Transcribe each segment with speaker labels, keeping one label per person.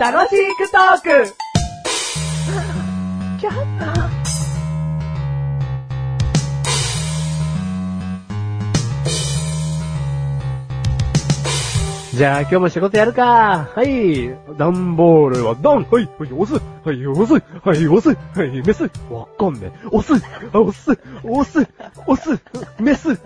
Speaker 1: 楽しくトーク
Speaker 2: じゃあ今日も仕事やるか。はい。段ボールは段。はい。はい、押す。はい、押す。はい、押す。はい、メス。わかんねえ。押す。あ押す。押す。押す。メス。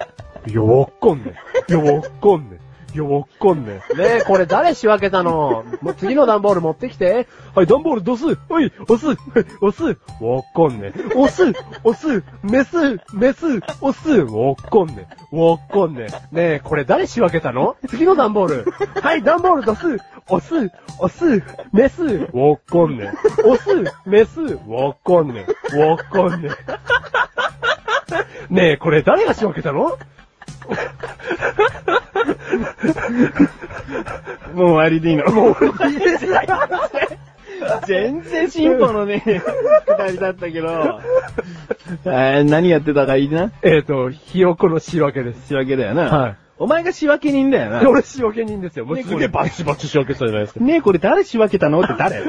Speaker 2: よ、わかんねえ。よ、わかんねえ。よ、わかんねえ。ねえ、これ誰仕分けたのもう次の段ボール持ってきて。はい、段ボールどす。はい、押す。 はい、押す。わかんねえ。押 す。押す。メス。メス。押す。わかんねえ。わかんねえ。ねえ、これ誰仕分けたの次の段ボール。 はい、段ボールどす。オス、オス、メス、わかんねえ。オス、メス、わかんねえ。わか んねえ。ねえ、これ誰が仕分けた の
Speaker 3: もう終わりでいいの。
Speaker 2: もう終わりですよ。
Speaker 3: 全然進歩の ね、くだりだったけど。えー何やってたかいいな。
Speaker 2: えっと、ひよこの仕分けです。
Speaker 3: 仕分けだよな。
Speaker 2: はい
Speaker 3: お前が仕分け人だよな。
Speaker 2: 俺仕分け人ですよ。もうすげえバチバチ仕分けしたじゃないですか。
Speaker 3: ねえ、これ誰仕分けたのって誰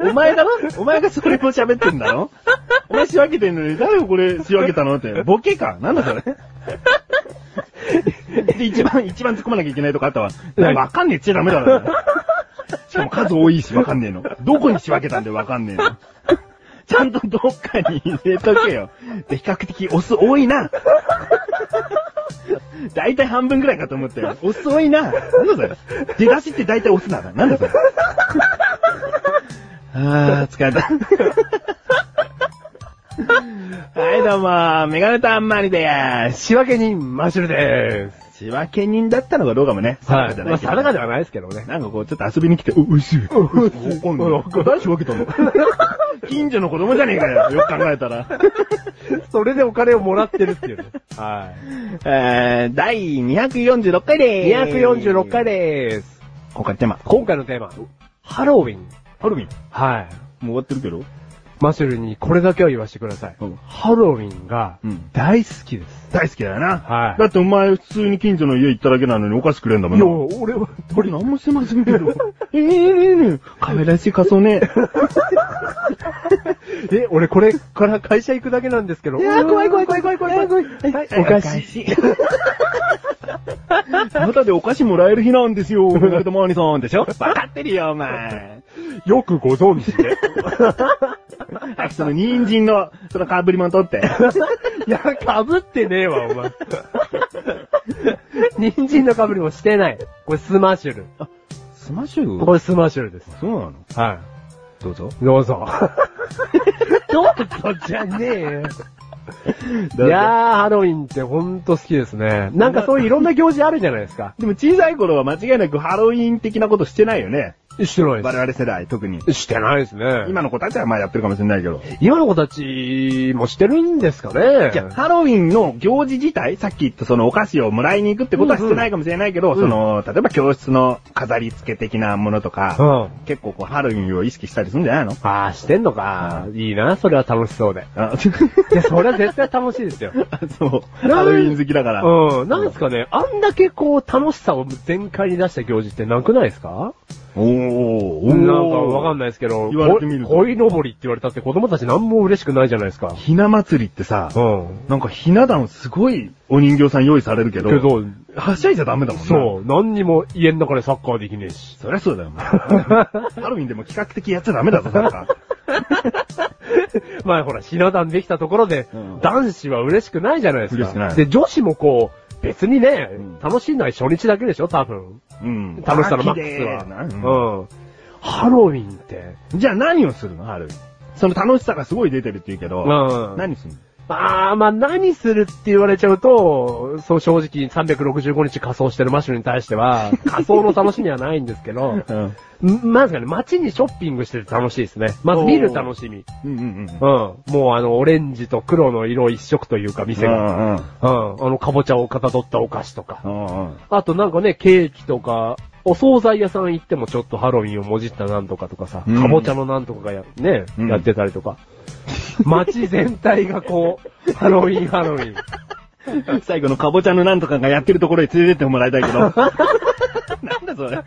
Speaker 3: お前だろお前がそれも喋ってんだろお前仕分けてんのに誰をこれ仕分けたのって。ボケかなんだそれで、一番、一番突っ込まなきゃいけないとこあったわ。
Speaker 2: 何
Speaker 3: わかんねえっちゃダメだろ。しかも数多いしわかんねえの。どこに仕分けたんでわかんねえの。ちゃんとどっかに入れとけよ。で、比較的オス多いな。大体半分ぐらいかと思ったよ。オス多いな。なんだそれ。出だしって大体オスなんだ。なんだそれ。あー、疲れた。はい、どうも、メガネとあんまりでーす。
Speaker 2: 仕分け人、マシュルでーす。
Speaker 3: 仕分け人だったのかどうかもね、
Speaker 2: はい。
Speaker 3: じゃ
Speaker 2: ま
Speaker 3: な
Speaker 2: あ、
Speaker 3: いけど
Speaker 2: 定かではないですけどね。
Speaker 3: なんかこう、ちょっと遊びに来て、お、おいしい。おいしい。わかんない。誰仕分けたの近所の子供じゃねえかよ。よく考えたら。
Speaker 2: それでお金をもらってるっていうね。は
Speaker 3: えー、第246回
Speaker 2: い。
Speaker 3: でーす。
Speaker 2: 246回でーす。
Speaker 3: す。今回テーマ。
Speaker 2: 今回のテーマ、ハロウィン。
Speaker 3: ハロウィン。
Speaker 2: はい。
Speaker 3: もう終わってるけど
Speaker 2: マシュルにこれだけは言わせてください。
Speaker 3: うん
Speaker 2: ハロウィンが
Speaker 3: うん
Speaker 2: 大好きです。
Speaker 3: 大好きだよな。
Speaker 2: はい
Speaker 3: だってお前普通に近所の家行っただけなのにお菓子くれんだもん
Speaker 2: いや、
Speaker 3: な。
Speaker 2: 俺は、
Speaker 3: 俺何もしてませんけど。 ええええ可愛らしい仮装ね。
Speaker 2: え、俺これから会社行くだけなんですけど。
Speaker 3: いやー怖い怖い怖
Speaker 2: い怖い怖い怖い。はい、
Speaker 3: お
Speaker 2: お
Speaker 3: 菓
Speaker 2: 菓
Speaker 3: 子
Speaker 2: 子。
Speaker 3: まだでお菓子もらえる日なんですよ。おめでとうマーニさんでしょ わかってるよ、お前。
Speaker 2: よくご存知で。
Speaker 3: はい、その人参の、そのかぶりもん取って。
Speaker 2: いや、かぶってねえわ、お前。 人参のかぶりもしてない。これスマッシュル。
Speaker 3: スマッシュ
Speaker 2: これスマッシュルです。
Speaker 3: そうなの
Speaker 2: は
Speaker 3: どうぞ。
Speaker 2: い。どうぞ。どうぞじゃねえよ。いやー、ハロウィンってほんと好きですね。なんかそういういろんな行事あるじゃないですか。
Speaker 3: でも小さい頃は間違いなくハロウィン的なことしてないよね。
Speaker 2: してないで
Speaker 3: 我々世代、特に。
Speaker 2: す。してないですね。
Speaker 3: 今の子たちはまあやってるかもしれないけど。
Speaker 2: 今の子たちもしてるんですかね
Speaker 3: じゃあ、ハロウィンの行事自体、さっき言ったそのお菓子をもらいに行くってことはしてないかもしれないけ
Speaker 2: う
Speaker 3: ど、
Speaker 2: んうん
Speaker 3: その、例えば教室の飾り付け的なものと
Speaker 2: う
Speaker 3: か、
Speaker 2: ん。
Speaker 3: 結構こうハロウィンを意識したりするんじゃないの
Speaker 2: ああ、してんのか。いいな、それは楽しそうで。
Speaker 3: あ
Speaker 2: いや、それは絶対楽しい ですよ。
Speaker 3: そう。ハロウィン好きだから。
Speaker 2: うん。なんですかね、あんだけこう、楽しさを全開に出した行事ってなくないですか
Speaker 3: おー、お
Speaker 2: なんかわか
Speaker 3: ん
Speaker 2: んないですけど、
Speaker 3: 言われてみると
Speaker 2: こ鯉のぼりって言われたって子供たち何も嬉しくないじゃないですか。
Speaker 3: ひな祭りってさ、
Speaker 2: うん。
Speaker 3: なんかひな壇すごいお人形さん用意されるけど、
Speaker 2: けど、
Speaker 3: はしゃいじゃダメだもんな。
Speaker 2: そう、何にも家の中でサッカーできねえし。
Speaker 3: そりゃそうだよ、お前ハロウィンでも企画的やっちゃダメだぞ、なんか。
Speaker 2: まあほら、ひな壇できたところで、
Speaker 3: うん
Speaker 2: 男子は嬉しくないじゃないですか。
Speaker 3: 嬉しくない
Speaker 2: で、女子もこう、別にね、
Speaker 3: うん
Speaker 2: 楽しいのは初日だけでしょ、多分。
Speaker 3: うん
Speaker 2: 楽しさのマックスは。うん。ハロウィンって、
Speaker 3: じゃあ何をするのハロウィン。その楽しさがすごい出てるって言うけど、
Speaker 2: うん
Speaker 3: 何するの
Speaker 2: あー、まあ何するって言われちゃうと、そう正直365日仮装してるマッシュルに対して は、仮装の楽しみはないんですけど、
Speaker 3: うん。
Speaker 2: んまずかね、街にショッピングしてて楽しいですね。まず見る楽しみ。
Speaker 3: うんうんうん
Speaker 2: うん。もうあの、オレンジと黒の色一色というか、店が。
Speaker 3: うんうん
Speaker 2: うん。あの、かぼちゃをかたどったお菓子とか。
Speaker 3: うんうん。
Speaker 2: あとなんかね、ケーキとか、お惣菜屋さん行ってもちょっとハロウィンをもじったなんとかとかさ、
Speaker 3: うん
Speaker 2: かぼちゃのなんとかがや、ね、
Speaker 3: うん
Speaker 2: やってたりとか。街全体がこ う、ハロウィン、ハロウィン。
Speaker 3: 最後のカボチャのなんとかがやってるところへ連れてってもらいたいけど。それ。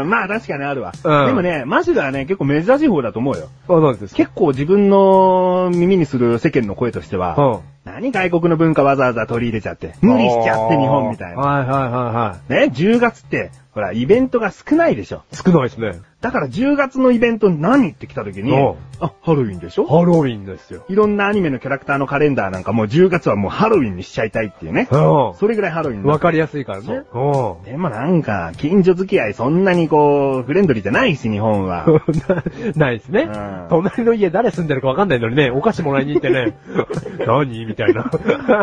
Speaker 3: うん、まあ確かにあるわ。
Speaker 2: うん
Speaker 3: でもね、マジではね、結構珍しい方だと思うよ。
Speaker 2: あ、なんですか
Speaker 3: 結構自分の耳にする世間の声としては、
Speaker 2: うん
Speaker 3: 何外国の文化わざわざ取り入れちゃって、無理しちゃって日本みたいな。
Speaker 2: はいはいはいは
Speaker 3: ね、10月って、ほら、イベントが少ないでしょ。
Speaker 2: い。少ないですね。
Speaker 3: だから10月のイベント何って来た時に
Speaker 2: うん、
Speaker 3: あ、ハロウィンでしょ
Speaker 2: ハロウィンですよ。
Speaker 3: いろんなアニメのキャラクターのカレンダーなんかもう10月はもうハロウィンにしちゃいたいっていうね。
Speaker 2: う
Speaker 3: それぐらいハロウィン
Speaker 2: ん。
Speaker 3: だ
Speaker 2: わかりやすいからね。うん。
Speaker 3: でもなんか、近所付き合いそんなにこう、フレンドリーじゃないし、日本 は。
Speaker 2: なないですね
Speaker 3: うん。
Speaker 2: 隣の家誰住んでるかわかんないのにね、お菓子もらいに行ってね、 何みたい な。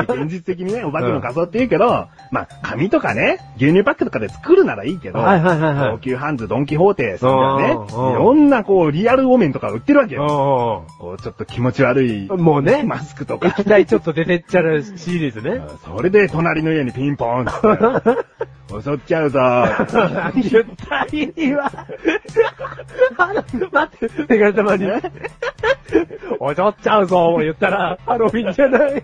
Speaker 3: 現実的にね、お化けの仮装って言うけど、まあ、紙とかね、牛乳パックとかで作るならいいけど、
Speaker 2: はいはいはいはい
Speaker 3: 高級ハンズ、ドンキホーテさんだよね、い
Speaker 2: うんうん
Speaker 3: ろんなこう、リアルオメンとか売ってるわけよ。
Speaker 2: う
Speaker 3: こう、ちょっと気持ち悪い、
Speaker 2: ん。もうね、
Speaker 3: マスクとか
Speaker 2: 液。体ちょっと出てっちゃうシリーズね。
Speaker 3: それで隣の家にピンポーン って。襲っちゃうぞ。
Speaker 2: 絶対には。あの、待って、手がたまに。おちょっちゃうぞ、言ったら、ハロウィンじゃない。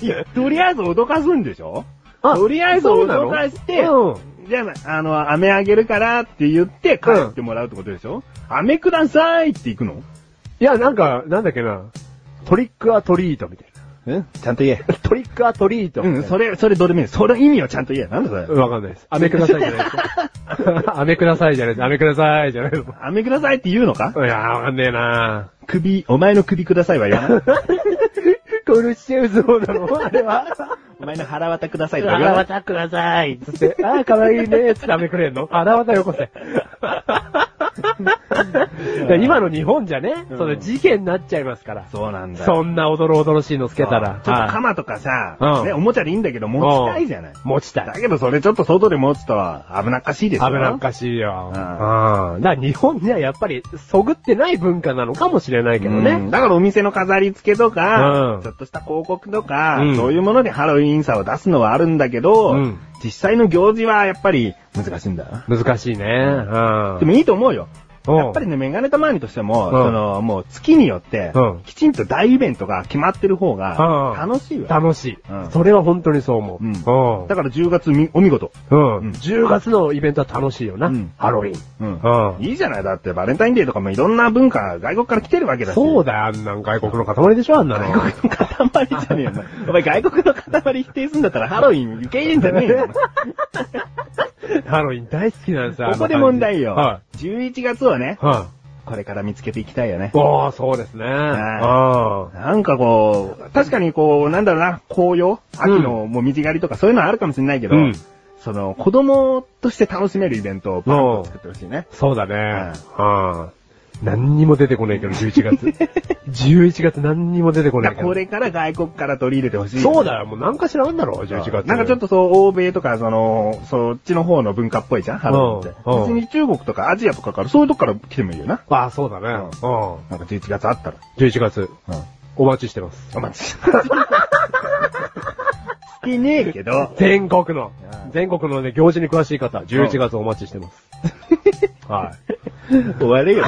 Speaker 3: いやとりあえず脅かすんでしょ
Speaker 2: あ
Speaker 3: とりあえず
Speaker 2: そうな
Speaker 3: 脅
Speaker 2: の
Speaker 3: かして、
Speaker 2: うん
Speaker 3: じゃあ、あの、飴あげるからって言って帰ってもらうってことでしょ、飴くださいって行くの
Speaker 2: いや、なんか、なんだっけな。トリックアトリートみたい
Speaker 3: えちゃんと言え。
Speaker 2: な。トリックアトリート
Speaker 3: う
Speaker 2: み
Speaker 3: ん、
Speaker 2: たいな。
Speaker 3: それ、それどれめその意味をちゃんと言え。なんだそれ。
Speaker 2: わかんないです。飴くださいじゃないです か。飴くださいじゃないです。飴くださいじゃないです。い
Speaker 3: 飴くださいって言うのか
Speaker 2: やー、わかんねえな
Speaker 3: 首、お前の首くださいは言 わない。
Speaker 2: コルシェウゾーなのあれは。
Speaker 3: お前の腹渡くださいとか言
Speaker 2: 腹
Speaker 3: わない。
Speaker 2: 渡くださいつって、あー、かわいいねつって飴くれんの腹渡よこ せ。今の日本じゃね、
Speaker 3: うん
Speaker 2: その事件になっちゃいますから。
Speaker 3: そうなんだよ。
Speaker 2: そんなおどろおどろしいのつけた
Speaker 3: う
Speaker 2: ら
Speaker 3: ん。ちょっと
Speaker 2: はい
Speaker 3: 鎌とかさ、
Speaker 2: うん
Speaker 3: ね、おもちゃでいいんだけど持ちたいじゃない。
Speaker 2: 持ちたい
Speaker 3: だ。けどそれちょっと外で持つと危なっかしいですよ。
Speaker 2: 危なっかしいよ。
Speaker 3: う
Speaker 2: うんん。だから日本にはやっぱり、そぐってない文化なのかもしれないけど
Speaker 3: う
Speaker 2: ね
Speaker 3: ん。だからお店の飾り付けとか、
Speaker 2: うん
Speaker 3: ちょっとした広告とか、
Speaker 2: うん
Speaker 3: そういうものでハロウィンさを出すのはあるんだけど、
Speaker 2: うん
Speaker 3: 実際の行事はやっぱり難しいんだな。
Speaker 2: 難しいね。うん。
Speaker 3: でもいいと思うよ。
Speaker 2: うん
Speaker 3: やっぱりね、メガネたまわりとしても、
Speaker 2: うん
Speaker 3: その、もう月によって、
Speaker 2: うん
Speaker 3: きちんと大イベントが決まってる方が、
Speaker 2: うん
Speaker 3: 楽しいわ。
Speaker 2: 楽しい、
Speaker 3: うん
Speaker 2: それは本当にそう思う。
Speaker 3: うん
Speaker 2: うん
Speaker 3: だから10月み、お見事。
Speaker 2: うん
Speaker 3: うん
Speaker 2: 10月のイベントは楽しいよな。
Speaker 3: うん
Speaker 2: ハロウィ
Speaker 3: うん
Speaker 2: ン。うん。
Speaker 3: いいじゃない。だってバレンタインデーとかもいろんな文化、外国から来てるわけだし。
Speaker 2: そう
Speaker 3: だ。
Speaker 2: だよ、あんなん外国の塊でしょ、あんなの。
Speaker 3: 外国の塊じ ゃねえよ、お前。お前外国の塊否定すんだったらハロウィン受け入れんじゃね えよ。お前
Speaker 2: ハロウィン大好きなんですよ。あの感
Speaker 3: ここ
Speaker 2: じ
Speaker 3: で問題よ。
Speaker 2: は
Speaker 3: 11月をね
Speaker 2: い。、は
Speaker 3: これから見つけていきたいよね
Speaker 2: い。。おー、そうですね。うん。
Speaker 3: なんかこう、確かにこう、なんだろうな、紅葉秋のもみじ狩りとかそういうのはあるかもしれないけど、
Speaker 2: うん
Speaker 3: その、子供として楽しめるイベントをバンと作ってほしいね。
Speaker 2: そうだね。うん。何にも出てこないけど、11月。11月何にも出てこ
Speaker 3: だ
Speaker 2: ない
Speaker 3: か
Speaker 2: け
Speaker 3: らこ
Speaker 2: ど。
Speaker 3: れから外国から取り入れてほしい。
Speaker 2: そうだよ、もう何かしらあんだろ、
Speaker 3: うん。
Speaker 2: 11月。
Speaker 3: なんかちょっとそう、欧米とか、その、そっちの方の文化っぽいじゃんハロウィンって。
Speaker 2: うんうん
Speaker 3: 別に中国とかアジアとかから、そういうとこから来てもいいよな。
Speaker 2: と。ああ、そうだね。
Speaker 3: ん
Speaker 2: うん。
Speaker 3: なんか11月あったら。
Speaker 2: 11月、
Speaker 3: うん。
Speaker 2: お待ちしてます。
Speaker 3: お待ちしてます。好きねえけど。
Speaker 2: 全国の
Speaker 3: う、ん
Speaker 2: 全国のね、行事に詳しい方、11月お待ちして ます。はい。
Speaker 3: 終わ るよ。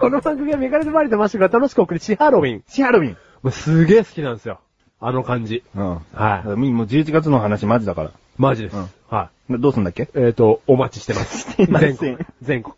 Speaker 2: この番組はメガネとマリとマッシュが楽しくお送りし、ハロウィン。
Speaker 3: シハロウィン。
Speaker 2: もうすげえ好きなんですよ。あの感じ。
Speaker 3: うん。
Speaker 2: はい。
Speaker 3: もう11月の話マジだから。
Speaker 2: マジです。
Speaker 3: うん
Speaker 2: は
Speaker 3: どうすんだっ け
Speaker 2: い。えっ、と、お待ちしてます。
Speaker 3: してません
Speaker 2: 全国。全国。